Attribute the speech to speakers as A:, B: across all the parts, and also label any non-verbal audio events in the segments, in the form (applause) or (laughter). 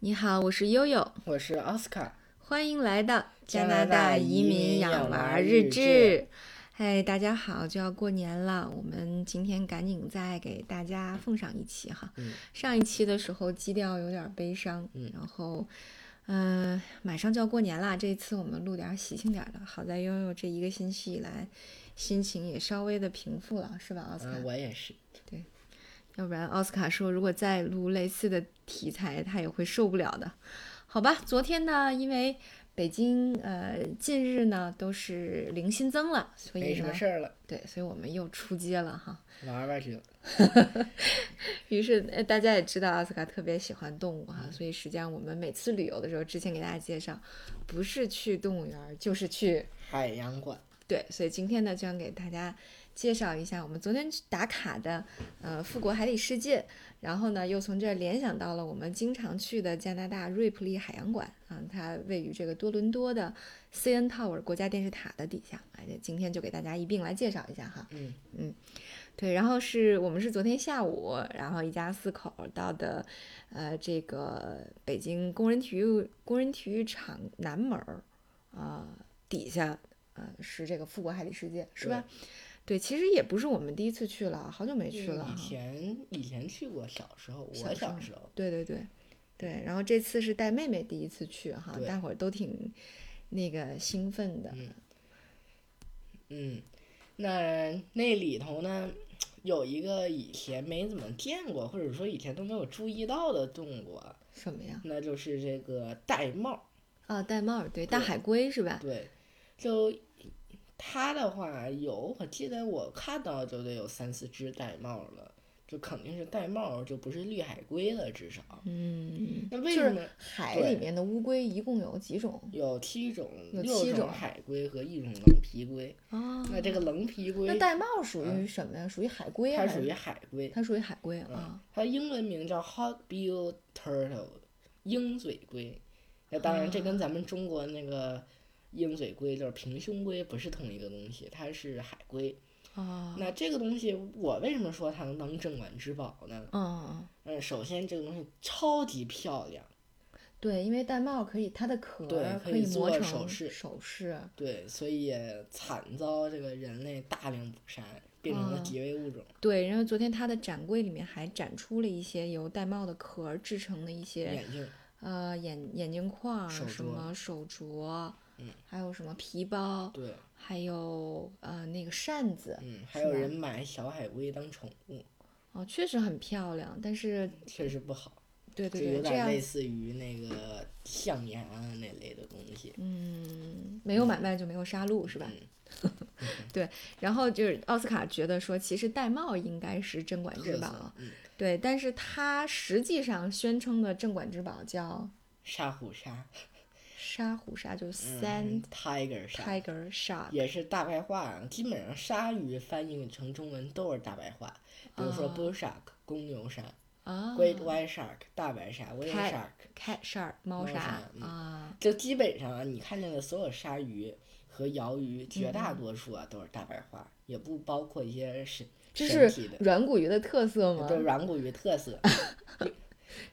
A: 你好，我是悠悠，
B: 我是奥斯卡。
A: 欢迎来到加
B: 加
A: 拿
B: 拿
A: 大
B: 大
A: 移
B: 移
A: 民
B: 民
A: 养
B: 养
A: 娃
B: 娃
A: 日
B: 日
A: 志
B: 志。
A: 嗨，大家好，就要过年了，我们今天赶紧再给大家奉上一期哈。
B: 嗯
A: 上一期的时候基调有点悲伤，
B: 嗯
A: 然后，嗯、马上就要过年啦，这次我们录点喜庆点儿的。好在悠悠这一个星期以来，心情也稍微的平复了，是吧，奥斯卡？
B: 嗯，我也是。
A: 要不然奥斯卡说，如果再录类似的题材，他也会受不了的。好吧，昨天呢，因为北京呃近日呢都是零新增了，所
B: 没
A: 以
B: 什
A: 呢
B: 么，事儿了，
A: 对，所以我们又出街了哈。
B: 玩玩去了。
A: 于是呃大家也知道奥斯卡特别喜欢动物哈，
B: 嗯
A: 所以实际上我们每次旅游的时候，之前给大家介绍，不是去动物园儿，就是去
B: 海洋馆，
A: 对，所以今天呢，就想给大家介绍一下我们昨天去打卡的呃富国海底世界，然后呢，又从这儿联想到了我们经常去的加拿大瑞普利海洋馆啊、它位于这个多伦多的 CN Tower 国家电视塔的底下，哎，今天就给大家一并来介绍一下哈。
B: 嗯
A: 对，然后是我们是昨天下午，然后一家四口儿到的，呃，这个北京工人体育工人体育场南门儿，啊、底下，呃，是这个富国海底世界，是吧？对，其实也不是我们第一次去了，好久没嗯去了
B: 以
A: 哈。
B: 前以前去过，小时候，
A: 小时候
B: 我小时候，
A: 对对对，对，然后这次是带妹妹第一次去哈，
B: 对
A: 大伙儿都挺那个兴奋的，
B: 嗯嗯，那那里头呢，有一个以前没怎么见过，或者说以前都没有注意到的动物，啊，
A: 什么呀？
B: 那就是这个玳瑁。
A: 啊，戴帽儿，对，大
B: 对
A: 海龟是吧？
B: 对，就它的话有，我记得我看到就得有三四只玳瑁了，就肯定是玳瑁，就不是绿海龟了，至少。
A: 嗯，
B: 那为
A: 就
B: 什
A: 是
B: 么
A: 海
B: 对
A: 里面的乌龟一共有几种？
B: 有七种、
A: 有
B: 六
A: 七种啊
B: 种海龟和一种棱皮龟？
A: 哦，
B: 那这个棱皮
A: 那
B: 龟
A: 玳瑁属
B: 啊
A: 于什么呀？属于海龟啊
B: 它
A: 还
B: 属于
A: 是？
B: 海龟，
A: 它属于海龟啊
B: 嗯，它英文名叫 Hot-billed turtle，鹰嘴龟。那当然，这跟咱们中国那个鹰嘴龟就是平胸龟不是同一个东西，它是海龟。
A: 啊，
B: 那这个东西，我为什么说它能镇馆之宝呢？
A: 嗯，
B: 嗯，首先这个东西超级漂亮，
A: 对，因为玳瑁可以，它的壳
B: 对
A: 儿
B: 可
A: 以
B: 以
A: 磨
B: 做
A: 成
B: 首饰
A: 首饰
B: 对，所以也惨遭这个人类大量捕杀，变成了
A: 哦
B: 极危物种。
A: 对，然后昨天它的展柜里面还展出了一些由玳瑁的壳儿制成的一些
B: 眼镜，
A: 呃眼眼镜框儿、
B: 手
A: 什
B: 镯
A: 么手镯，
B: 嗯
A: 还有什么皮包，
B: 对，
A: 还有呃那个扇子，
B: 嗯，还
A: 是
B: 有
A: 吧
B: 人买小海龟当宠物，
A: 哦，确实很漂亮，但是
B: 确实不好，
A: 对
B: 就
A: 对
B: 有
A: 对，这
B: 点
A: 样
B: 类似于那个象牙啊那类的东西。
A: 嗯，没有买卖就没有杀戮，是吧？
B: 嗯，
A: 然后就是奥斯卡觉得说，其实玳瑁应该是镇馆之
B: 特
A: 宝
B: 色，，嗯，
A: 对，但是它实际上宣称的镇馆之宝叫
B: 沙虎鲨，
A: 沙虎鲨，就是
B: 嗯
A: Sand
B: tiger 鲨，
A: Tiger Shark，
B: 也是大白话，基本上鲨鱼翻译成中文都是大白话，比如说
A: 啊
B: bull shark 公牛鲨、
A: 啊
B: great white shark 大白鲨、whale
A: Cat
B: shark，
A: ，Cat Shark 猫
B: 猫
A: 鲨
B: 鲨嗯
A: 啊，
B: 就基本上啊你看见的所有鲨鱼和鳐鱼，绝大
A: 嗯
B: 多数啊都是大白花，也不包括一些神
A: 这
B: 神
A: 是
B: 体的，
A: 软骨鱼的特色吗？
B: 都是软骨鱼
A: (laughs)
B: 特色。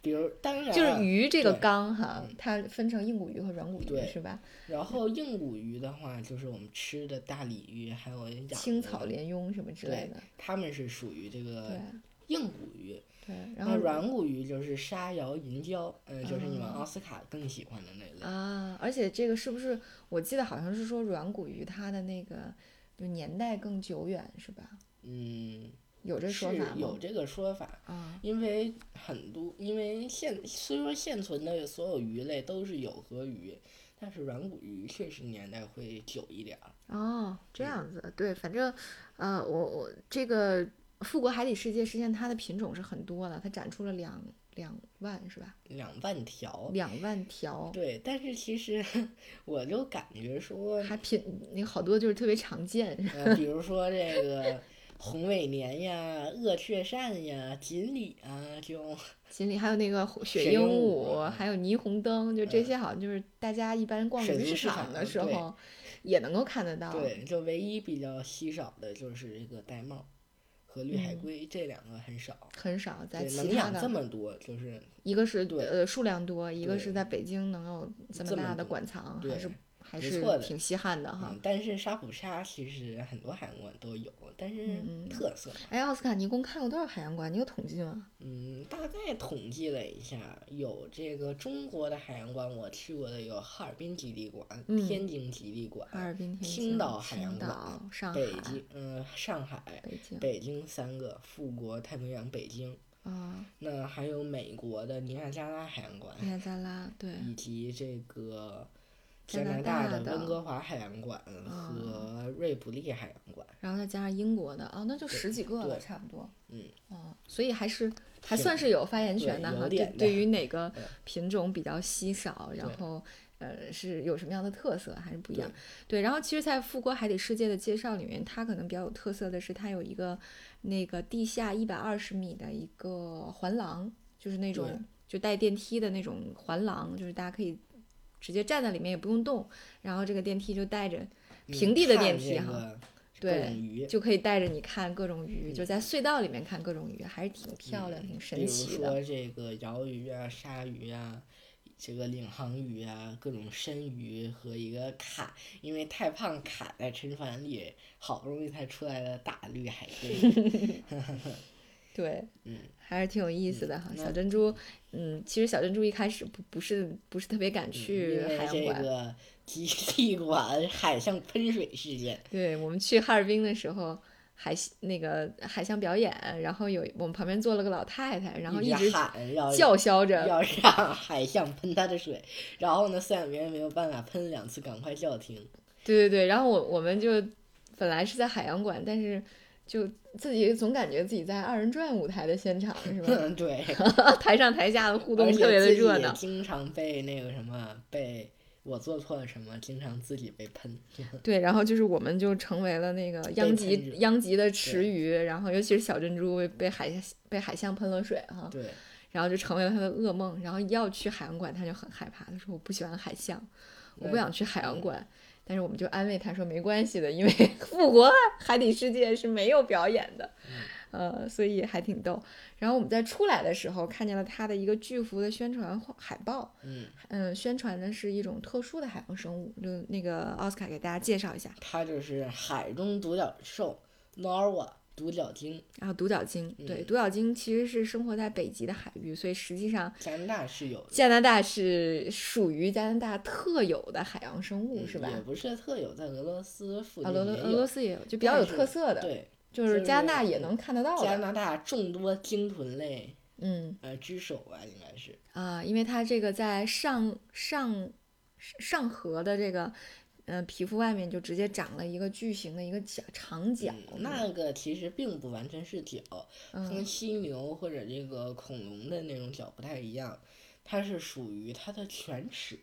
B: 比如，当然啊，
A: 就是鱼这个
B: 对嗯
A: 纲哈，它分成硬骨鱼和软骨鱼
B: 对
A: 是吧？
B: 然后硬骨鱼的话，就是我们吃的大鲤鱼，还有养的
A: 青草，鲢鳙什么之类
B: 对
A: 的，
B: 它们是属于这
A: 对
B: 个硬骨鱼。
A: 对。然
B: 那
A: 后
B: 软骨鱼就是沙瑶银鲛，嗯、就是你们
A: 啊
B: 奥斯卡更喜欢的那类。
A: 啊，而且这个是不是？我记得好像是说软骨鱼它的那个就年代更久远是吧？
B: 嗯，
A: 有这说
B: 是
A: 法吗？
B: 有这个说法，
A: 啊，
B: 因为很多，因为现虽说现存的所有鱼类都是有河鱼，但是软骨鱼确实年代会久一点儿。
A: 哦，这
B: 嗯
A: 样子，对，反正，呃，我我这个富国海底世界，实际上它的品种是很多的，它展出了两两万是吧？
B: 两万条，
A: 两万条，
B: 对，但是其实 (laughs) 我就感
A: (laughs)
B: 觉说，
A: 还品那好多就是特别常见， (laughs)
B: 呃，比如说这个红尾鲶呀、鳄雀鳝呀、锦鲤啊，就
A: 锦鲤还有那个红雪
B: 雪
A: 鹦
B: 鹦鹉
A: 鹉，
B: 嗯
A: 还有霓虹灯，就这
B: 嗯
A: 些好像就是大家一般逛
B: 水
A: 鱼
B: 族
A: 市
B: 市
A: 场
B: 场
A: 的时
B: 对
A: 候也能够看得到。
B: 对，就唯一比较稀少的就是这个玳瑁和绿海龟这两个很少，
A: 很少嗯在
B: 对，
A: 其
B: 能
A: 他
B: 养这
A: 的，
B: 么多，就是
A: 一个是
B: 对
A: 呃数量多，一个
B: 对
A: 是在北京能有这么
B: 这么
A: 大的
B: 多
A: 馆藏，还
B: 对
A: 是还
B: 没
A: 是
B: 错的
A: 挺稀罕的哈。
B: 嗯，但是沙普沙其实很多海洋馆都有，但是
A: 嗯嗯
B: 特色，
A: 哎，奥斯卡，你一共看过多少海洋馆？你有统计吗？
B: 嗯，大概统计了一下，有这个中国的海洋馆，我去过的有哈尔滨极地馆、
A: 嗯
B: 天津极地馆、
A: 哈尔滨、天
B: 青
A: 津、
B: 岛海洋
A: 青
B: 馆
A: 岛、上海、
B: 北京，嗯、上海、
A: 北京
B: 北京三个，富国、太平洋、北京。
A: 啊，
B: 那还有美国的尼亚加拉海洋馆，
A: 尼亚加拉，对，
B: 以及这个
A: 嗯加
B: 加
A: 拿
B: 拿
A: 大
B: 大的
A: 的
B: 温哥华海洋馆
A: 啊
B: 和瑞普利海洋馆。
A: 然后再加上英国的，哦，那就十几个了，
B: 对
A: 差不多。
B: 嗯，
A: 哦，所以还是还
B: 挺
A: 算是有发言权的
B: 对有
A: 哈。对
B: 点，的
A: 对于哪
B: (laughs)
A: 个
B: 对
A: 品种比较稀少，然
B: 对
A: 后呃是有什么样的特色，还是不一样
B: 对。
A: 对，然后其实，在富国海底世界的介绍里面，它可能比较有特色的是，它有一个那个地下一百二十米的一个环廊，就是那
B: 对
A: 种就带电梯的那种环廊，就是大家可以直接站在里面也不用动，然后这个电梯就带着平地的电梯哈。
B: 哈，
A: 对
B: 各种鱼
A: 就可以带着你看各种鱼，就
B: 嗯
A: 在隧道里面看各种鱼，还是挺漂亮、挺
B: 比
A: 神
B: 如
A: 奇的。
B: 说这个鳐鱼啊、鲨鱼啊，这个领航鱼啊，各种深鱼和一个卡，因为太胖卡在沉船里，好不容易才出来的大
A: (laughs)
B: 绿海龟。
A: 对，
B: 嗯，
A: 还是挺有意思的哈。
B: 嗯
A: 小
B: 那
A: 珍珠，嗯，其实小珍珠一开始不不是不是特别敢去
B: 嗯因为
A: 海洋
B: 这
A: 馆。
B: 个极地馆海象喷水事件，
A: 对我们去哈尔滨的时候，海那个海象表演，然后有我们旁边坐了个老太太，然后一直
B: 喊要
A: 叫嚣着，
B: 要让海象喷它的水，然后呢，饲养员没有办法喷两次，赶快叫停。
A: 对对对，然后我我们就本来是在海洋馆，但是就自己总感觉自己在二人转舞台的现场是吧？
B: (laughs) 对，
A: 台上台下的互嗯动
B: 而且
A: 特别的
B: 自己
A: 热
B: 也
A: 闹。
B: 经常被那个什么，被我做错了什么，经常自己被喷。
A: 对，然后就是我们就成为了那个殃
B: 被
A: 及
B: 喷着
A: 殃及的池鱼，然后尤其是小珍珠被被海被海象喷了水哈，
B: 对，
A: 然后就成为了他的噩梦。然后一要去海洋馆，他就很害怕，他说我不喜欢海象，我不
B: 嗯
A: 想去海洋馆。但是我们就安慰他说没关系的，因为 (laughs) 复活海底世界是没有表演的，
B: 嗯
A: 呃，所以还挺逗。然后我们在出来的时候看见了他的一个巨幅的宣传画海报，
B: 嗯，
A: 嗯，宣传的是一种特殊的海洋生物，就那个奥斯卡给大家介绍一下。
B: 它就是海中独角兽 Norwa 独角鲸，
A: 然后独角鲸，对，
B: 嗯
A: 独角鲸其实是生活在北极的海域，所以实际上
B: 加拿大是有的，
A: 加拿大是属于加拿大特有的海洋生物，
B: 嗯
A: 是吧？
B: 也不是特有，在俄罗斯附
A: 啊，
B: 近
A: 俄罗
B: 也
A: 俄
B: 有
A: 罗斯也有，就比较
B: 但
A: 有
B: 是
A: 特色的，
B: 对，
A: 就是
B: 就
A: 加拿大
B: 是
A: 也能看得到
B: 加
A: 的。
B: 拿大众多鲸豚类
A: 嗯
B: 呃之首吧，应该是。
A: 啊，因为它这个在上上上颌的这个。嗯、皮肤外面就直接长了一个巨型的一个角长角
B: 嗯，那个其实并不完全是脚，它跟
A: 嗯
B: 犀牛或者这个恐龙的那种脚不太一样，它是属于它的犬齿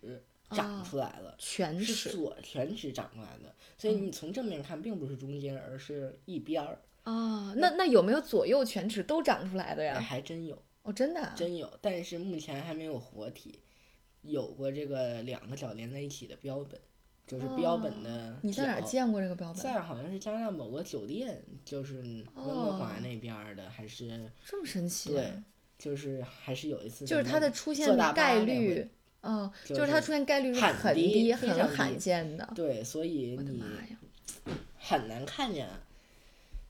A: 哦
B: 长出来了，
A: 全
B: 是
A: 齿嗯
B: 左犬齿长出来的，所以你从正面看并不是中间，而是一边儿。
A: 啊，那那有没有左右全齿都长出来的
B: 哎
A: 呀？
B: 还真有，
A: 哦，真的、啊，
B: 真有，但是目前还没有活体，有过这个两个脚连在一起的标本，就是标本的
A: 哦你在哪儿
B: 脚
A: 见过这个标本？
B: 在好像是加拿大某个酒店，就是温哥
A: 哦
B: 华那边儿的，还是
A: 这么神奇、啊
B: 对，就是还是有一次
A: 就
B: 咱
A: 是它的
B: 们
A: 出
B: 坐
A: 现
B: 大巴
A: 概
B: 那回
A: 率，嗯，
B: 就
A: 就是它
B: 是
A: 出现概率是
B: 很
A: 很
B: 低
A: 低、
B: 非
A: 很
B: 常低
A: 罕见的。
B: 对，所以
A: 我的
B: 你
A: 妈呀！
B: 很难看见，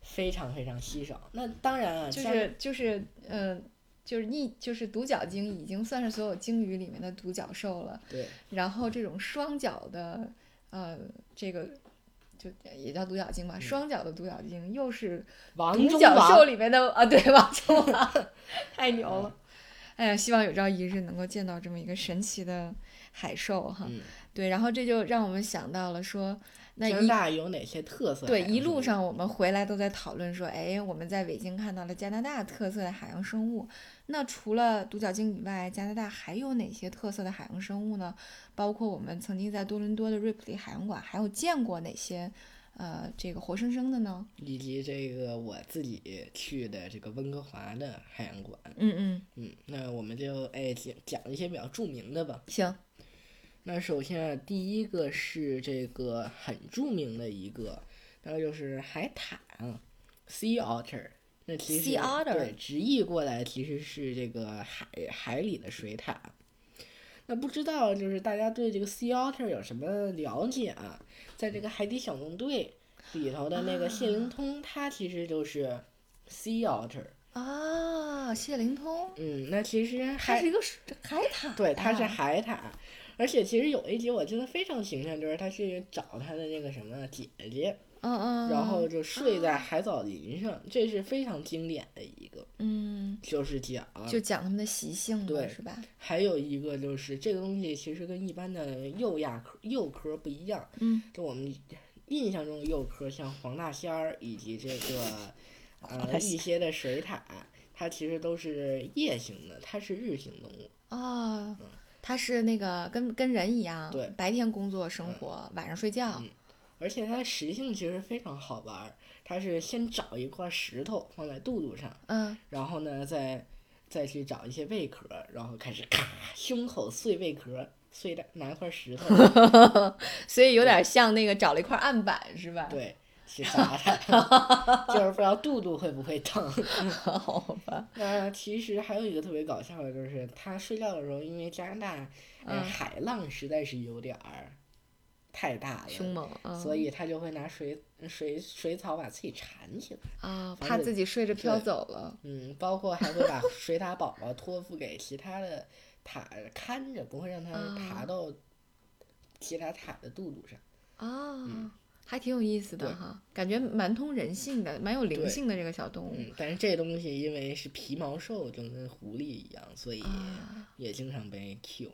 B: 非常非常稀少。那当然啊，
A: 就
B: 加拿
A: 是就是，嗯、就是一就是独角鲸已经算是所有鲸鱼里面的独角兽了。
B: 对
A: 然后这种双脚的，呃，这个就也叫独角
B: 嗯
A: 鲸吧，双脚的独角鲸又是
B: 王
A: 独
B: 中
A: 角兽
B: 王
A: 里面的啊，对，王中王， (laughs) 太牛了！哎呀，希望有朝一日能够见到这么一个神奇的海兽哈。
B: 嗯，
A: 对，然后这就让我们想到了说，那
B: 加
A: 一
B: 拿大有哪些特色海
A: 对嗯
B: 洋生物？
A: 一路上我们回来都在讨论说，哎，我们在北京看到了加拿大特色的海洋生物。那除了独角鲸以外，加拿大还有哪些特色的海洋生物呢？包括我们曾经在多伦多的瑞普利海洋馆还有见过哪些，呃，这个活生生的呢？
B: 以及这个我自己去的这个温哥华的海洋馆，
A: 嗯嗯，
B: 嗯，那我们就哎讲讲一些比较著名的吧。
A: 行，
B: 那首先啊，第一个是这个很著名的一个，那就是海獭，sea otter，那其
A: Sea
B: 实
A: otter
B: 对直译过来其实是这个海海里的水獭。那不知道就是大家对这个 sea otter 有什么了解啊？在这个《海底小纵队》里头的那个谢灵通，它其实就是 sea otter。
A: 啊，谢灵通，
B: 嗯，那其实
A: 它
B: 海
A: 是一个水海獭，
B: 对它是海獭，而且其实有一集我记得非常形象，就是他去找他的那个什么姐姐，
A: 嗯嗯，
B: 然后就睡在
A: 啊
B: 海藻林上，这是非常经典的一个，
A: 嗯，
B: 就是讲
A: 就讲它们的习性嘛，
B: 啊对
A: 是吧？
B: 还有一个就是这个东西其实跟一般的幼亚科幼科不一样，
A: 嗯，
B: 就我们印象中的幼科，像黄大仙儿以及这个呃
A: 大
B: 一些的水獭，它其实都是夜行的，它是日行动物。
A: 哦
B: 嗯，
A: 它是那个跟跟人一样，
B: 对
A: 白天工作生
B: 嗯
A: 活，晚上睡觉
B: 嗯，而且它的食性其实非常好玩儿，它是先找一块石头放在肚肚上，
A: 嗯，
B: 然后呢再再去找一些贝壳，然后开始咔胸口碎贝壳，碎的拿块石头， (laughs)
A: 所以有点像那个找了一块案板，是吧？，
B: 对，去砸它， (laughs) 就是不知道肚肚会不会疼。 (laughs)
A: 好吧，
B: 那其实还有一个特别搞笑的，就是它睡觉的时候，因为加拿大、呃
A: 嗯
B: 海浪实在是有点儿太大了，
A: 凶猛，嗯
B: 哎所以它就会拿水水水草把自己缠起来。
A: 啊，
B: 反
A: 怕
B: 正
A: 自己睡着飘
B: 对
A: 走了，
B: 嗯，包括还会把水獭宝宝托付给其他的塔看着，不会让它爬
A: 啊
B: 到其他塔的肚肚上。
A: 哦，还挺有意思的
B: 嗯对
A: 哈，感觉蛮通人性的，蛮有灵
B: 对
A: 性的这个小动物。
B: 嗯，但是这东西因为是皮毛兽，就跟狐狸一样，所以
A: 啊
B: 也经常被 Q，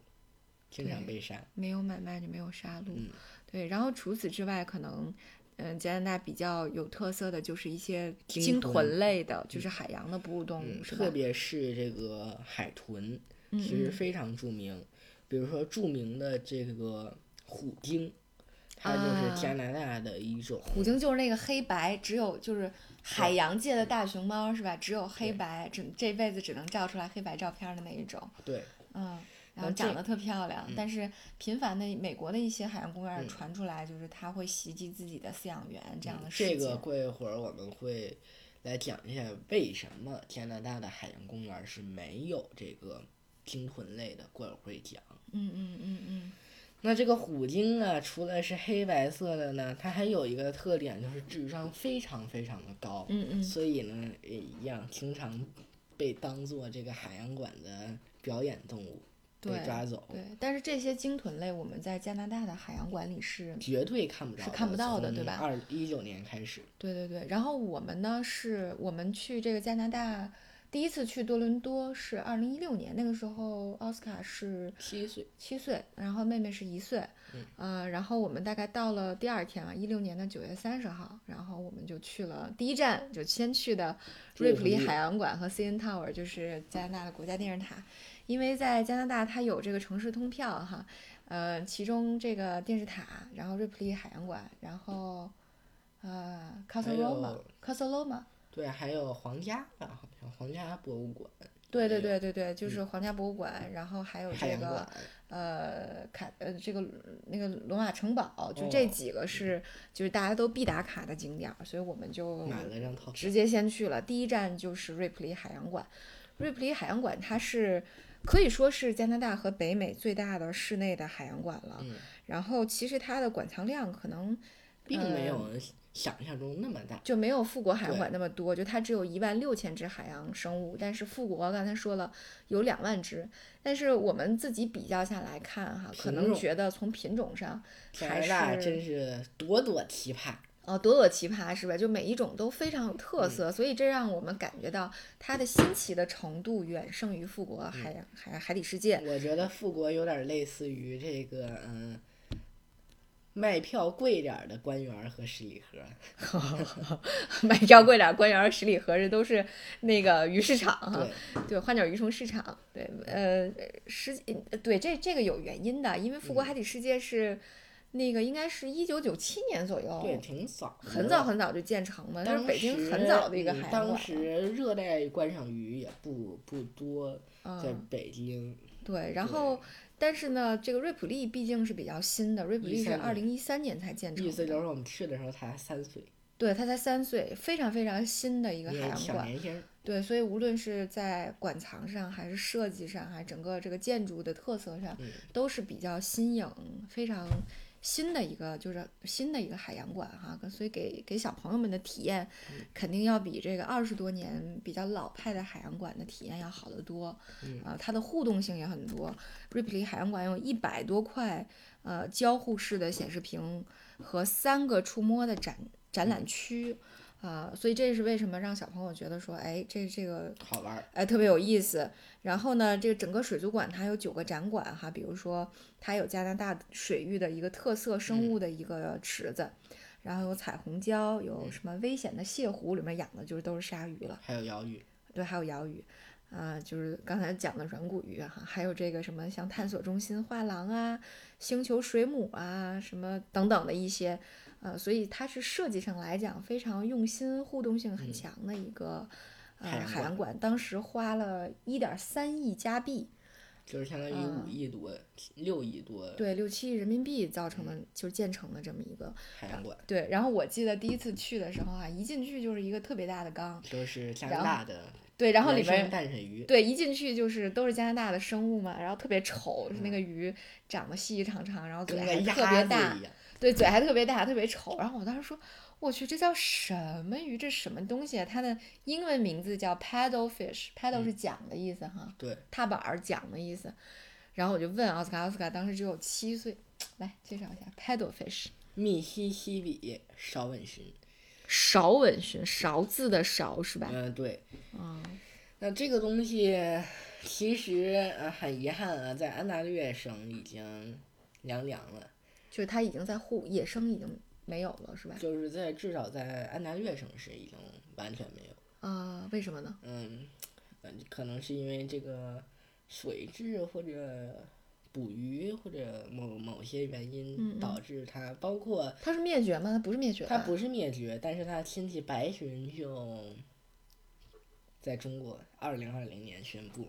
B: 经常
A: 对
B: 被杀。
A: 没有买卖就没有杀戮，
B: 嗯
A: 对。然后除此之外，可能，嗯，加拿大比较有特色的就是一些
B: 鲸
A: 鲸
B: 豚
A: 豚类的，就是海洋的哺乳动
B: 嗯，
A: 物，是吧
B: 特？别是这个海豚，
A: 嗯
B: 其实
A: 嗯
B: 非常著名。比如说著名的这个虎鲸，它就是加拿大的一种。
A: 啊虎鲸就是那个黑白，只有就是海洋界的大熊猫是吧？只有黑白，只这辈子只能照出来黑白照片的那一种，
B: 对，
A: 嗯。然
B: 那
A: 后长
B: 这
A: 得特漂亮，但是频繁的美国的一些海洋公园儿
B: 嗯
A: 传出来，就是它会袭击自己的饲养员这样的事
B: 嗯这
A: 情。
B: 个过一会儿我们会来讲一下为什么加拿大的海洋公园是没有这个鲸豚类的，过一会儿会讲。
A: 嗯嗯嗯嗯，
B: 那这个虎鲸啊，除了是黑白色的呢，它还有一个特点就是智商非常非常的高，
A: 嗯嗯
B: 所以呢也一样经常被当做这个海洋馆的表演动物被
A: 对
B: 抓走，
A: 对，但是这些鲸豚类，我们在加拿大的海洋馆里是，
B: 绝对看不着
A: 是看不到的对吧
B: 二一九年开始，
A: 对对对。然后我们呢，是我们去这个加拿大，第一次去多伦多是二零一六年，那个时候奥斯卡是
B: 七岁，
A: 七岁，然后妹妹是一岁，
B: 嗯
A: 呃，然后我们大概到了第二天啊，一六年的九月三十号，然后我们就去了第一站，就先去的瑞
B: 瑞
A: 普
B: 普
A: 利
B: 利
A: 海洋馆和 CN Tower，就是加拿大的国家电视塔，因为在加拿大它有这个城市通票哈，呃，其中这个电视塔，然后瑞普利海洋馆，然后呃 Casa
B: 还有
A: Loma，Casa Loma。
B: 对，还有皇家吧，好像皇家博物馆，
A: 对对
B: 还有嗯
A: 对对对，就是皇家博物馆，然后还有
B: 海
A: 嗯这
B: 洋
A: 个
B: 馆，
A: 呃卡呃这个那个罗马城堡，就这
B: 哦
A: 几个是、就是大家都必打卡的景点儿，所以我们就
B: 买了张套
A: 直接先去了。第一站就是瑞普利海洋馆，瑞普利海洋馆它是可以说是加拿大和北美最大的室内的海洋馆了。
B: 嗯
A: 然后其实它的馆藏量可能
B: 并没有
A: 嗯
B: 想象中那么大。
A: 就没有富国海洋
B: 对
A: 馆那么多，就它只有一万六千只海洋生物，但是富国刚才说了有两万只，但是我们自己比较下来看哈，可
B: 品
A: 能
B: 种
A: 觉得从品种上
B: 加
A: 还
B: 拿
A: 是
B: 大真是朵朵奇葩，
A: 呃朵朵奇葩是吧？就每一种都非常有
B: 嗯
A: 特色，所以这让我们感觉到它的新奇的程度远胜于富
B: 嗯
A: 国海洋、海海底世界。 (laughs)
B: 我觉得富国有点类似于这个嗯，卖票贵点儿的官员儿和十里河。
A: 啊买票贵点，官员十里河这都是那个鱼市场哈。
B: 对，
A: 对，花鸟鱼虫市场，对，呃，十几，呃对，这这个有原因的，因为
B: 嗯
A: 富国海底世界是、那个应该是一九九七年左右，
B: 对，挺早的
A: 哦
B: 了，
A: 很早很早就建成了，它是
B: 当时
A: 北京很早的一个
B: 嗯
A: 海洋
B: 当
A: 馆了。
B: 时热带观赏鱼也不不多，在
A: 嗯，
B: 北京。
A: 对，然
B: 对
A: 后但是呢，这个瑞普利毕竟是比较新的，瑞普利是
B: 13
A: 二零一三年才建成
B: 意思
A: 的
B: 就是我们去的时候才三岁，
A: 对他才三岁，非常非常新的一个海
B: 也
A: 洋
B: 小
A: 馆。
B: 年轻儿，
A: 对，所以无论是在馆藏上，还是设计上，还是整个这个建筑的特色上，
B: 嗯
A: 都是比较新颖、非常新的一个，就是新的一个海洋馆哈。所以给给小朋友们的体验，肯定要比这个二十多年比较老派的海洋馆的体验要好得多。
B: 嗯
A: 啊，它的互动性也很多。瑞普利海洋馆有一百多块呃交互式的显示屏和三个触摸的展展览区。啊，所以这是为什么让小朋友觉得说，哎，这这个
B: 好玩儿。
A: 哎，特别有意思。然后呢，这个整个水族馆它有九个展馆哈，比如说它有加拿大水域的一个特色生物的一个池子，然后有彩虹礁，有什么危险的蟹湖，里面养的就是都是鲨鱼了，
B: 还有鳐鱼，
A: 对，还有鳐鱼。啊、就是刚才讲的软骨鱼哈、还有这个什么像探索中心画廊啊、星球水母啊什么等等的一些，呃，所以它是设计上来讲非常用心、互动性很
B: 嗯
A: 强的一个、
B: 海
A: 呃
B: 洋
A: 海洋
B: 馆
A: 馆，当时花了一点三亿加币，
B: 就是相当于
A: 啊
B: 五亿多、六亿多
A: 对，六七亿人民币造成的，
B: 嗯
A: 就是建成的这么一个
B: 海洋馆，
A: 对。然后我记得第一次去的时候啊，一进去就是一个特别大的缸，
B: 都是加
A: 然
B: 拿
A: 后
B: 大的
A: 对，然后里
B: 原生
A: 边
B: 淡水鱼，
A: 对，一进去就是都是加拿大的生物嘛，然后特别丑，是那
B: 嗯
A: 个鱼长得细细长长，然后嘴
B: 跟
A: 还
B: 个鸭
A: 特别大
B: 子一，样，
A: 对，嘴还特别大，特别丑。然后我当时说，我去，这叫什么鱼？这什么东西啊？它的英文名字叫 paddle fish，paddle
B: 嗯
A: 是桨的意思哈，
B: 对，
A: 踏板儿桨的意思。然后我就问奥斯卡，奥斯卡当时只有七岁，来介绍一下 paddle fish，
B: 密西西比少吻鲟，
A: 勺纹鲟，勺字的勺是吧？
B: 嗯，对。
A: 嗯，
B: 那这个东西其实呃很遗憾啊，在安大略省已经凉凉了，
A: 就是它已经在户野生已经没有了是吧？
B: 就是在至少在安大略省是已经完全没有。
A: 啊、为什么呢？
B: 嗯，呃可能是因为这个水质或者捕鱼或者某某些原
A: 嗯嗯
B: 因导致它，包括
A: 它是灭绝吗？它不是灭绝吧，
B: 它不是灭绝，但是它亲戚白鲟就在中国二零二零年宣布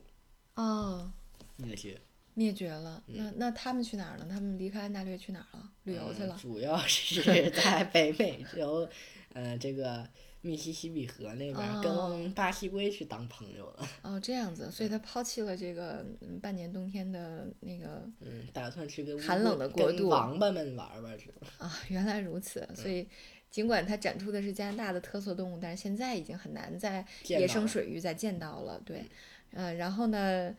A: 哦，
B: 灭绝，
A: 灭绝了。
B: 嗯
A: 那那他们去哪儿了？他们离开安大略去哪儿了？旅游去
B: 嗯
A: 了。
B: 主要是 (laughs) 在北美洲，呃，这个密西西比河那边儿
A: 哦
B: 跟巴西龟去当朋友了，
A: 哦，这样
B: 嗯
A: 子，所以他抛弃了这个嗯半年冬天的那个
B: 嗯，打算去跟乌
A: 寒冷的国
B: 跟
A: 度
B: 王八们玩儿玩儿去。
A: 啊， (laughs) 原来如此。
B: 嗯
A: 所以，尽管它展出的是加拿大的特色动物，但是现在已经很难在
B: 见
A: 野
B: 到
A: 生
B: 了
A: 水域再见到了。对，嗯、然后呢，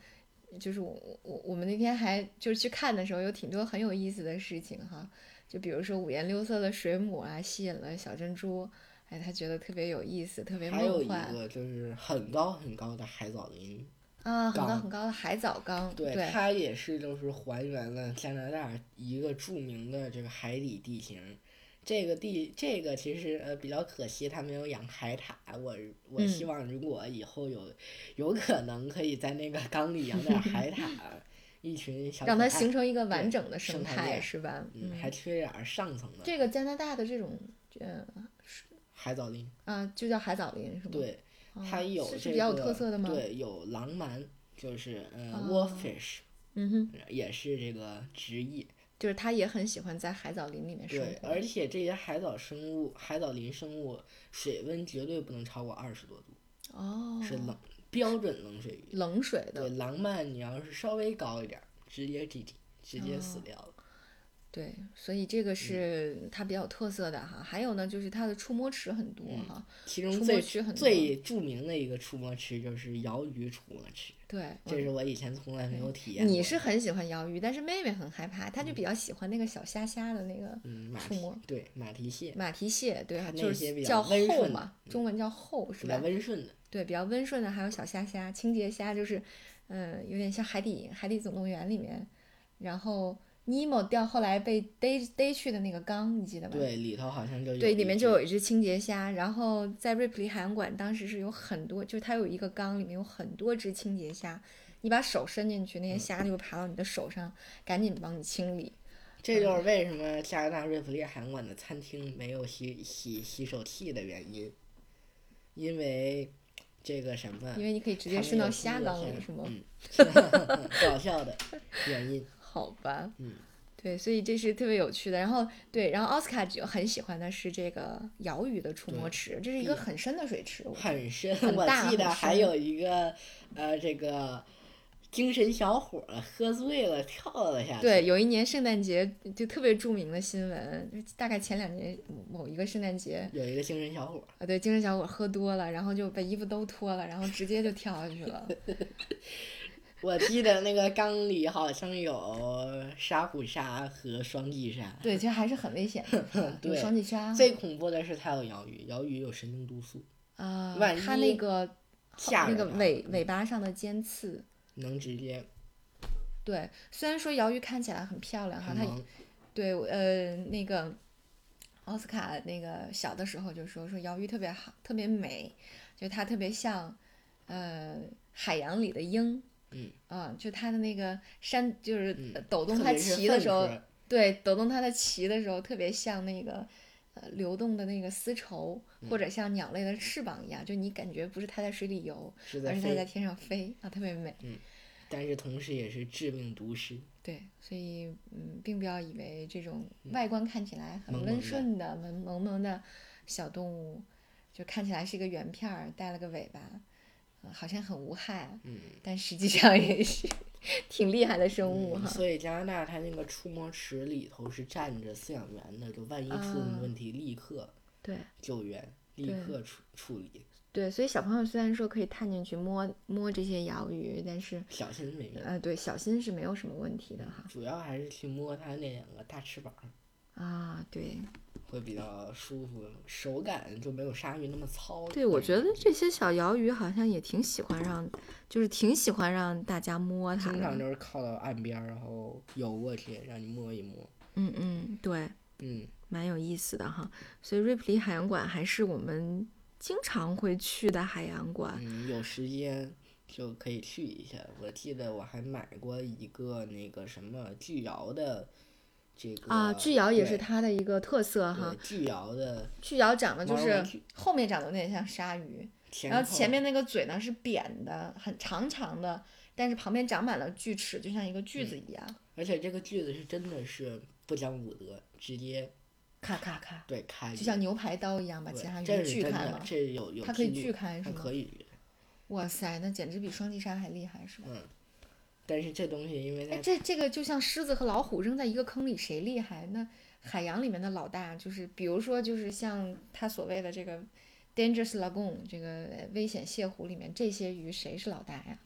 A: 就是我我我们那天还就是去看的时候，有挺多很有意思的事情哈，就比如说五颜六色的水母啊，吸引了小珍珠，哎，他觉得特别有意思，特别
B: 还有
A: 梦
B: 一
A: 幻
B: 个就是很高很高的海藻林，
A: 啊，很高
B: 缸
A: 很高的海藻缸，
B: 对，
A: 对
B: 它也是就是还原了加拿大一个著名的这个海底地形。这个地这个其实呃比较可惜，它没有养海獭。我我
A: 嗯
B: 希望如果以后有、有可能可以在那个缸里养点海獭，
A: (laughs)
B: 一群小
A: 让
B: 可
A: 它
B: 爱
A: 形成一个完
B: 对
A: 整的
B: 生
A: 生
B: 态
A: 态，
B: 链
A: 是吧？
B: 嗯还缺点儿上层的
A: 这个加拿大的这种，呃
B: 海藻林。
A: 啊，就叫海藻林是吗？
B: 对，
A: 哦，
B: 它有这
A: 是
B: 个
A: 是比较有特色的吗？，
B: 对，有狼鳗，就是呃、
A: 哦
B: wolfish，
A: 嗯哼，
B: 也是这个直译。
A: 就是他也很喜欢在海藻林里面生
B: 对，
A: 活。
B: 而且这些海藻生物、海藻林生物，水温绝对不能超过二十多度，
A: 哦，
B: 是冷标准冷水鱼。
A: 冷水的
B: 对，，狼鳗你要是稍微高一点儿，直接 GG，直接死
A: 哦
B: 掉了。
A: 对，所以
B: 嗯
A: 这个是它比较有特色的哈。还有呢，就是它的触摸池很多
B: 嗯
A: 哈。
B: 其
A: 触
B: 中
A: 摸
B: 最
A: 区很
B: 最著名的一个触摸池就是鳐鱼触摸池，
A: 对，
B: 这
A: 嗯
B: 是我以前从来没有体验过的。
A: 你是很喜欢鳐鱼，但是妹妹很害怕，她就比较喜欢那个小虾虾的那个
B: 嗯马
A: 触
B: 蹄
A: 摸
B: 对马蹄蟹
A: 马蹄蟹，对，啊
B: 它
A: 就
B: 那些
A: 是
B: 比
A: 叫
B: 较温
A: 厚
B: 顺
A: 嘛，
B: 的
A: 中文叫厚是
B: 比较
A: 吧？
B: 温顺的，
A: 对，比较温顺的还有小虾虾、清洁虾，就是，嗯，有点像海底海底总动员里面，然后尼莫掉后来被逮逮去的那个缸，你记得吧？
B: 对里头好像就有
A: 对，
B: 一
A: 里面
B: 只
A: 就有一只清洁虾，然后在瑞普利海洋馆当时是有很多，就是它有一个缸，里面有很多只清洁虾，你把手伸进去，那
B: 嗯
A: 些虾就会爬到你的手上，赶紧帮你清理。
B: 这
A: 嗯
B: 就是为什么加拿大瑞普利海洋馆的餐厅没有洗洗洗手器的原因，因为这个什么，
A: 因为你可以直
B: 嗯
A: 接
B: 它没
A: 伸到
B: 有
A: 虾
B: 工作
A: 缸
B: 室
A: (laughs) 里，是吗？
B: 嗯，搞笑的原因。
A: 好吧，
B: 嗯，
A: 对，所以这是特别有趣的。然后对，然后奥斯卡就很喜欢的是这个瑶语的触摸池，这是一个很深的水池，我觉得
B: 很深。
A: 很
B: 我
A: 大
B: 记得
A: 很
B: 还
A: 深
B: 有一个呃，这个精神小伙儿喝醉了跳了下去。
A: 对，，有一年圣诞节就特别著名的新闻，大概前两年某一个圣诞节
B: 有一个精神小伙儿，
A: 啊，对，精神小伙喝多了，然后就把衣服都脱了，然后直接就跳下去了。
B: 我记得那个缸里好像有沙虎鲨和双髻
A: (laughs)
B: 鲨。，
A: 对，其实还是很危险 (laughs) 的
B: 对
A: 有双啊髻鲨
B: 最恐怖的是它有摇鱼，摇鱼有神经毒素，
A: 啊，
B: 万
A: 它
B: 一
A: 那个后
B: 吓
A: 那
B: 人
A: 个
B: 啊
A: 尾尾巴上的尖刺。
B: 能直接
A: 对，虽然说瑶鱼看起来很漂亮哈，
B: 很
A: 它
B: 萌。
A: 对，我呃，那个奥斯卡那个小的时候就说说瑶鱼特别好，特别美，就它特别像，呃，海洋里的鹰。
B: 嗯，
A: 啊，就它的那个扇，就是
B: 嗯
A: 呃抖动
B: 特
A: 它
B: 别是
A: 鳍的
B: 粪
A: 时候，
B: 壳
A: 对，抖动它的鳍的时候，特别像那个呃流动的那个丝绸，或
B: 嗯
A: 者像鸟类的翅膀一样，就你感觉不是它在水里游，
B: 是
A: 而
B: 在
A: 是它在
B: 飞，
A: 天上飞啊，特别美。
B: 但是同时也是致命毒师。
A: 对，所以嗯，并不要以为这种外观看起来很
B: 嗯萌萌
A: 温
B: 的
A: 顺的、萌萌萌的小动物，就看起来是一个圆片儿，带了个尾巴，呃好像很无害，
B: 嗯。
A: 但实际上也是 (laughs) 挺厉害的生物
B: 嗯，
A: 哈。
B: 所以加拿大它那个触摸池里头是站着饲养员的，就万一出什么
A: 啊
B: 问题，立刻
A: 对
B: 救援，立
A: 对
B: 刻处处理，
A: 对，所以小朋友虽然说可以探进去摸摸这些瑶鱼，但是
B: 小心为妙。
A: 呃，对，小心是没有什么问题的哈。
B: 主要还是去摸它那两个大翅膀，
A: 啊，对
B: 会比较舒服，手感就没有鲨鱼那么糙。
A: 对，我觉得这些小瑶鱼好像也挺喜欢让，就是挺喜欢让大家摸它
B: 经
A: 的
B: 常。就是靠到岸边儿，然后游过去，让你摸一摸。
A: 嗯嗯，对。
B: 嗯，
A: 蛮有意思的哈。所以瑞普利海洋馆还是我们经常会去的海洋馆。
B: 嗯，有时间就可以去一下。我记得我还买过一个那个什么巨瑶的，这个
A: 啊，巨瑶也
B: 嗯对
A: 是它的一个特色哈
B: 对。巨瑶的
A: 巨瑶长得就
B: 毛绒
A: 是
B: 巨
A: 后面长得有点像鲨鱼，
B: 前
A: 然后前面那个嘴呢是扁的，很长长的，但是旁边长满了锯齿，就像一个
B: 嗯
A: 锯子一样，
B: 而且这个句子是真的是不讲武德，直接
A: 咔咔咔，
B: 对开一
A: 就
B: 个，
A: 像牛排刀一样把其他
B: 哎对，
A: 鱼
B: 这是
A: 锯
B: 真
A: 开
B: 的
A: 嘛，。
B: 这有有
A: 它可以
B: 记
A: 锯
B: 录，
A: 开是
B: 它
A: 吗？
B: 可以锯，
A: 哇塞，那简直比双髻鲨还厉害是吧？
B: 但是这东西因为
A: 哎，
B: 在
A: 这这个就像狮子和老虎扔在一个坑里，谁厉害？那海洋里面的老大就是，比如说就是像他所谓的这个 dangerous lagoon 这个危险泻湖里面，这些鱼谁是老大呀？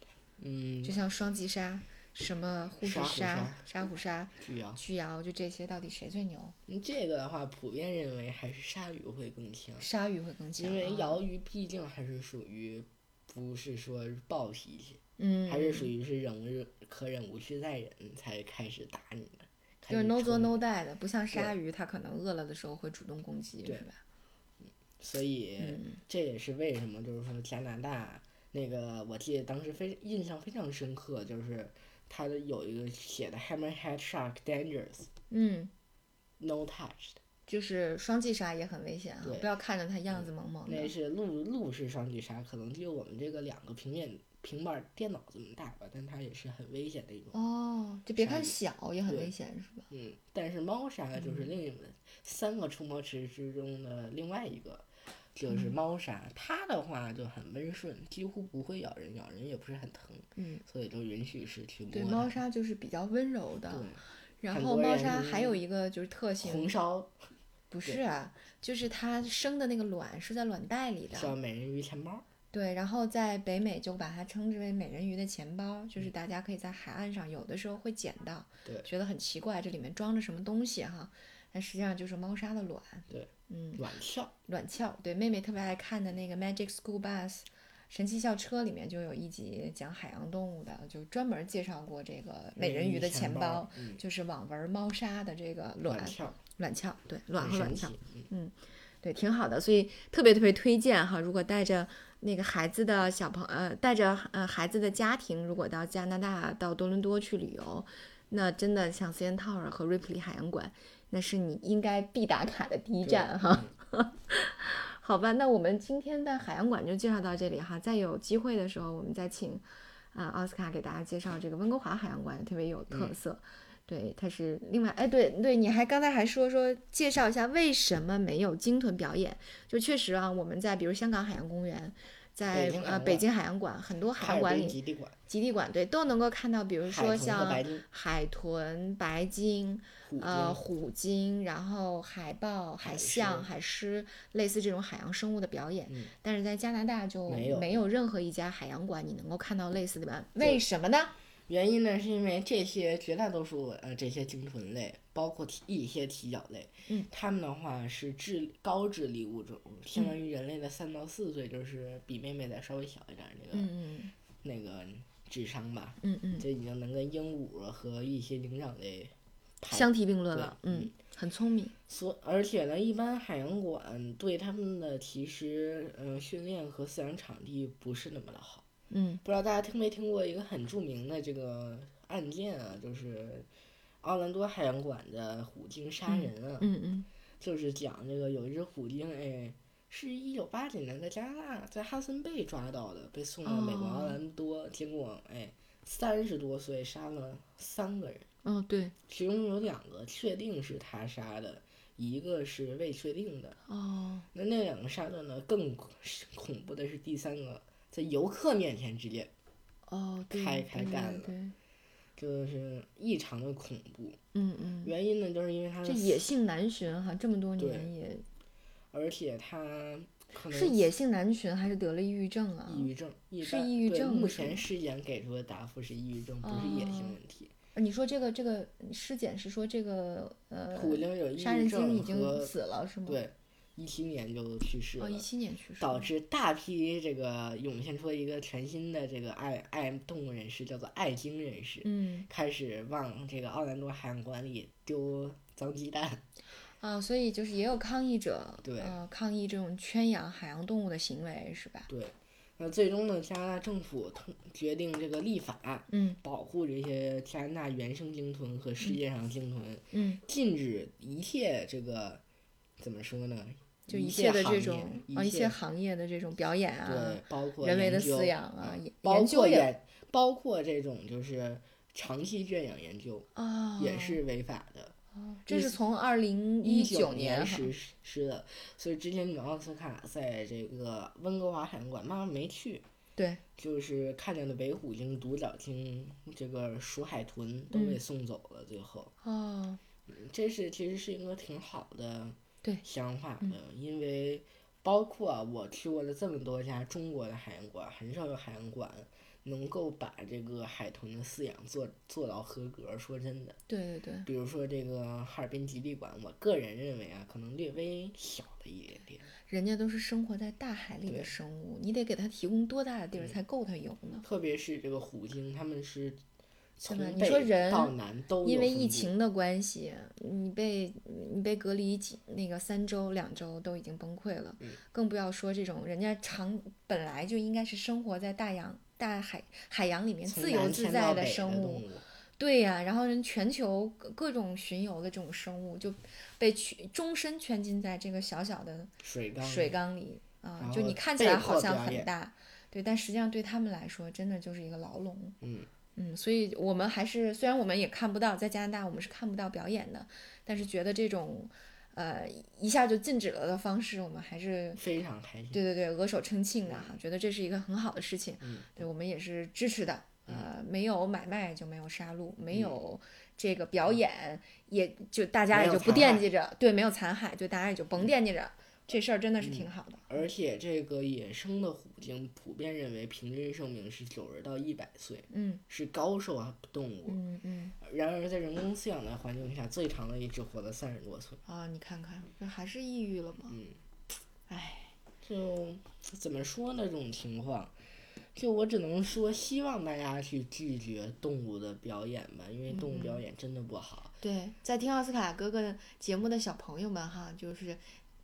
B: 嗯
A: 就像双髻鲨、什么护士
B: 沙虎
A: 鲨、沙虎鲨、
B: 巨瑶，
A: 巨瑶，就这些，到底谁最牛？
B: 嗯这个的话普遍认为还是鲨鱼会更强，
A: 鲨鱼会更强啊，
B: 因为瑶鱼毕竟还是属于不是说暴脾气，
A: 嗯，
B: 还是属于是忍无可忍无事再忍才开始打你的，开
A: 就是
B: 始
A: no 作
B: 冲你
A: no die 的，不像鲨鱼，它可能饿了的时候会主动攻击，
B: 对
A: 是吧？
B: 所以、
A: 嗯
B: 这也是为什么，就是说加拿大那个，我记得当时非印象非常深刻，就是它的有一个写的 Hammerhead Shark Dangerous
A: 嗯，
B: No Touched，
A: 就是双髻鲨也很危险啊
B: 对，嗯
A: 不要看着它样子萌萌的
B: 那。是陆陆式双髻鲨，可能就我们这个两个平面平板儿电脑这么大吧，但它也是很危险的一种。
A: 哦，就别
B: 鲨
A: 看
B: 鱼
A: 小也很
B: 对
A: 危险，是吧？
B: 嗯，但是猫
A: 嗯
B: 鲨就是另一个、三个触摸池之中的另外一个。
A: 嗯
B: 就是猫鲨，它的话就很温顺，几乎不会咬人，咬人也不是很疼，
A: 嗯，
B: 所以就允许是去摸
A: 对，
B: 它
A: 猫鲨就是比较温柔
B: 对
A: 的。然
B: 很
A: 后
B: 多
A: 猫
B: 人
A: 鲨还有一个就是特性
B: 红，烧
A: 不
B: 对
A: 是啊，就是它生的那个卵是在卵袋里
B: 叫
A: 的。
B: 美人鱼钱包，
A: 对，然后在北美就把它称之为美人鱼的钱包，就是大家可以在海岸上有的时候会捡到，
B: 对
A: 觉得很奇怪，这里面装着什么东西哈？但实际上就是猫鲨的卵。
B: 对，
A: 嗯，
B: 卵鞘，
A: 卵鞘。对，妹妹特别爱看的那个《Magic School Bus》神奇校车里面就有一集讲海洋动物的，就专门介绍过这个美人鱼的
B: 钱
A: 钱
B: 包
A: 包，，
B: 嗯，
A: 就是网纹猫鲨的这个卵
B: 卵鞘，
A: 卵鞘，对，卵和
B: 很
A: 卵
B: 神
A: 鞘，
B: 奇，嗯，
A: 对，挺好的，所以特别特别推荐哈。如果带着那个孩子的小朋呃，带着呃孩子的家庭，如果到加拿大到多伦多去旅游，那真的像 CN Tower 和瑞普利海洋馆，那是你应该必打卡的第一
B: 对嗯
A: 站哈。， (laughs) 好吧，那我们今天的海洋馆就介绍到这里哈。再有机会
B: 嗯
A: 的时候，我们再请啊、呃奥斯卡给大家介绍这个温哥华海洋馆，特别有特色。对，它是另外，哎，对对，你还刚才还说说介绍一下为什么没有鲸豚表演，就确实啊，我们在比如香港海洋公园，在
B: 北京海
A: 呃
B: 洋
A: 北
B: 馆
A: 京海洋馆很多海
B: 哈
A: 洋
B: 尔
A: 馆
B: 滨
A: 里
B: 极地馆，
A: 极地馆对都能够看到，比如
B: 海
A: 说
B: 豚和
A: 像
B: 白鲸、
A: 海豚、白鲸、
B: 虎
A: 呃
B: 鲸，
A: 虎鲸，然后海豹、海
B: 海
A: 象、
B: 狮
A: 海狮，类似这种海洋生物的表演，
B: 嗯
A: 但是在加拿大就
B: 没有
A: 没有任何一家海洋馆你能够看到类似的表演，为什么呢？
B: 原因呢，是因为这些绝大多数呃这些鲸豚类，包括蹄一些蹄脚类，
A: 嗯，
B: 它们的话是智高智力物种，相当
A: 嗯
B: 于人类的三到四岁，就是比妹妹再稍微小一点儿那个、
A: 嗯
B: 那个智商吧，
A: 嗯嗯嗯，
B: 就已经能跟鹦鹉和一些灵长类排
A: 相提并论
B: 对
A: 了，嗯，很聪明。
B: 所而且呢，一般海洋馆对他们的其实嗯、呃训练和饲养场地不是那么的好。
A: 嗯
B: 不知道大家听没听过一个很著名的这个案件啊，就是奥兰多海洋馆的虎鲸杀人啊，
A: 嗯嗯
B: 就是讲这个有一只虎鲸，哎，是一九八几年在加拿大在哈森贝抓到的，被送到美国奥
A: 哦
B: 兰多，结果哎三十多岁杀了三个人，
A: 嗯，哦对，
B: 其中有两个确定是他杀的，一个是未确定的。
A: 哦
B: 那那两个杀的呢，更恐恐怖的是第三个，在游客面前直接
A: 哦对，
B: 开开
A: 对
B: 干了
A: 对，
B: 就是异常的恐怖。
A: 嗯嗯，
B: 原因呢，就是因为它
A: 这
B: 的
A: 野
B: 死，
A: 性难寻哈，这么多
B: 对
A: 年也
B: 而且它可能
A: 是野性难寻，还是得了抑郁症啊？
B: 抑郁症，一
A: 是
B: 般
A: 抑郁
B: 对
A: 症
B: 目
A: 是吗
B: 前尸检给出的答复是抑郁症，不是野性
A: 哦
B: 问题。
A: 你说这个这个尸检是说这个呃，
B: 虎鲸有抑
A: 杀人
B: 郁
A: 鲸已
B: 症
A: 经
B: 和
A: 死了是吗？，
B: 对，一七年就去世
A: 哦，
B: 了
A: 一。七年去世，
B: 导致大批这个涌现出一个全新的这个爱爱动物人士，叫做爱鲸人士，
A: 嗯
B: 开始往这个奥兰多海洋馆里丢脏鸡蛋。
A: 啊，所以就是也有抗议者，
B: 对
A: 呃，抗议这种圈养海洋动物的行为是吧？
B: 对，那最终呢，加拿大政府通决定这个立法，
A: 嗯
B: 保护这些加拿大原生鲸豚和世界上鲸豚，
A: 嗯，
B: 禁止一切这个怎么说呢？
A: 就
B: 一
A: 切的
B: 行
A: 这
B: 业
A: 种
B: 一
A: 啊一
B: 切
A: 些行业的这种表演啊，
B: 对，包括
A: 人为的
B: 研究
A: 饲养啊，
B: 嗯
A: 研
B: 包
A: 研究
B: 括
A: 也
B: 研包括这种就是长期圈养研究、
A: 啊，
B: 也是违法的。
A: 哦，这
B: 一
A: 是从二零
B: 一
A: 九
B: 年
A: 哈，
B: 实施的，所以之前女王奥斯卡在这个温哥华海洋馆，妈妈没去，
A: 对，
B: 就是看见了北虎鲸、独角鲸、这个鼠海豚都被
A: 嗯
B: 送走了，最后。
A: 哦，
B: 这是其实是一个挺好的
A: 对
B: 想法
A: 嗯
B: 的，因为包括啊我去过了这么多家中国的海洋馆，很少有海洋馆能够把这个海豚的饲养做做到合格。说真的，
A: 对对对，
B: 比如说这个哈尔滨极地馆，我个人认为啊，可能略微小了一点点，
A: 人家都是生活在大海里的
B: 对
A: 生物，你得给它提供多大的地儿才够它游呢？
B: 特别是这个虎鲸，它们是从
A: 吧你
B: 北
A: 说人
B: 到南都有
A: 因为
B: 分
A: 疫
B: 布
A: 情的关系，你被你被隔离几那个三周两周都已经崩溃了，
B: 嗯
A: 更不要说这种人家常本来就应该是生活在大洋大海海洋里面
B: 从
A: 自由
B: 南
A: 自
B: 迁到
A: 在
B: 北的
A: 生物
B: 动，物，
A: 对呀、然后人全球各各种巡游的这种生物就被圈终身圈禁在这个小小的
B: 水缸
A: 水缸里啊
B: 然，
A: 就
B: 后
A: 你看起
B: 被
A: 来好
B: 迫
A: 像
B: 表
A: 很
B: 演
A: 大，对，但实际上对他们来说，真的就是一个牢笼。
B: 嗯。
A: 嗯，所以我们还是虽然我们也看不到，在加拿大我们是看不到表演的，但是觉得这种，呃，一下就禁止了的方式，我们还是
B: 非常开心。
A: 对对对，额手称庆的哈，觉得这是一个很好的事情，
B: 嗯
A: 对我们也是支持的。
B: 嗯
A: 呃，没有买卖就没有杀戮，没
B: 嗯
A: 有这个表演，也就大家也
B: 没有
A: 就不
B: 残
A: 惦
B: 害嗯
A: 记着，对，没有残害，就大家也就甭惦记着，这事儿真的是挺好的。
B: 而且这个野生的虎鲸普遍认为平均寿命是九十到一百岁，
A: 嗯
B: 是高寿啊动物。
A: 嗯嗯，
B: 然而在人工饲养的环境下，最长的也只活了三十多岁。
A: 啊，你看看，这还是抑郁了吗？
B: 嗯，
A: 哎，
B: 就怎么说呢？这种情况，就我只能说，希望大家去拒绝动物的表演吧，因为动物
A: 嗯
B: 表演真的不好。
A: 对，在听奥斯卡哥哥的节目的小朋友们哈，就是，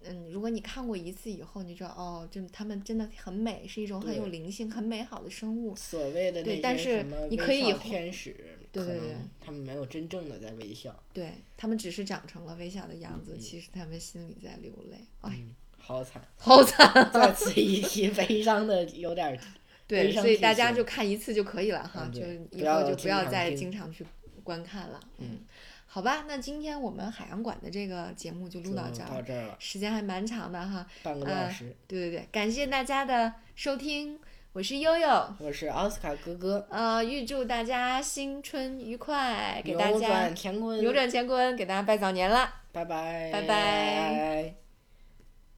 A: 嗯，如果你看过一次以后，你就知道哦，这他们真的很美，是一种很有
B: 对
A: 灵性、很美好的生物。
B: 所谓的
A: 对
B: 那
A: 但
B: 些
A: 是
B: 什么
A: 你可
B: 微
A: 以
B: 笑
A: 后
B: 天使，
A: 对对
B: 可
A: 对
B: 能他们没有真正的在微笑。
A: 对他们只是长成了微笑的样子，
B: 嗯
A: 其实他们心里在流泪。哎，
B: 嗯，好惨，
A: 好惨。
B: 再此一提，悲伤的有点儿
A: 对，
B: 悲伤
A: 所以
B: 至
A: 大家
B: 极
A: 就看一次就可以了哈，
B: 嗯
A: 就
B: 对
A: 是
B: 不
A: 以
B: 要
A: 后就不
B: 经
A: 要
B: 常
A: 再
B: 听
A: 经常去观看了。
B: 嗯，
A: 好吧，那今天我们海洋馆的这个节目就录
B: 就
A: 到这
B: 到
A: 儿，
B: 这儿了，
A: 时间还蛮长的哈。
B: 半个多小时。
A: 对对对，感谢大家的收听，我是悠悠。
B: 我是奥斯卡哥哥，
A: 呃，预祝大家新春愉快，给大
B: 扭
A: 家
B: 转乾坤，
A: 扭转乾坤，给大家拜早年啦！
B: 拜拜，
A: 拜拜。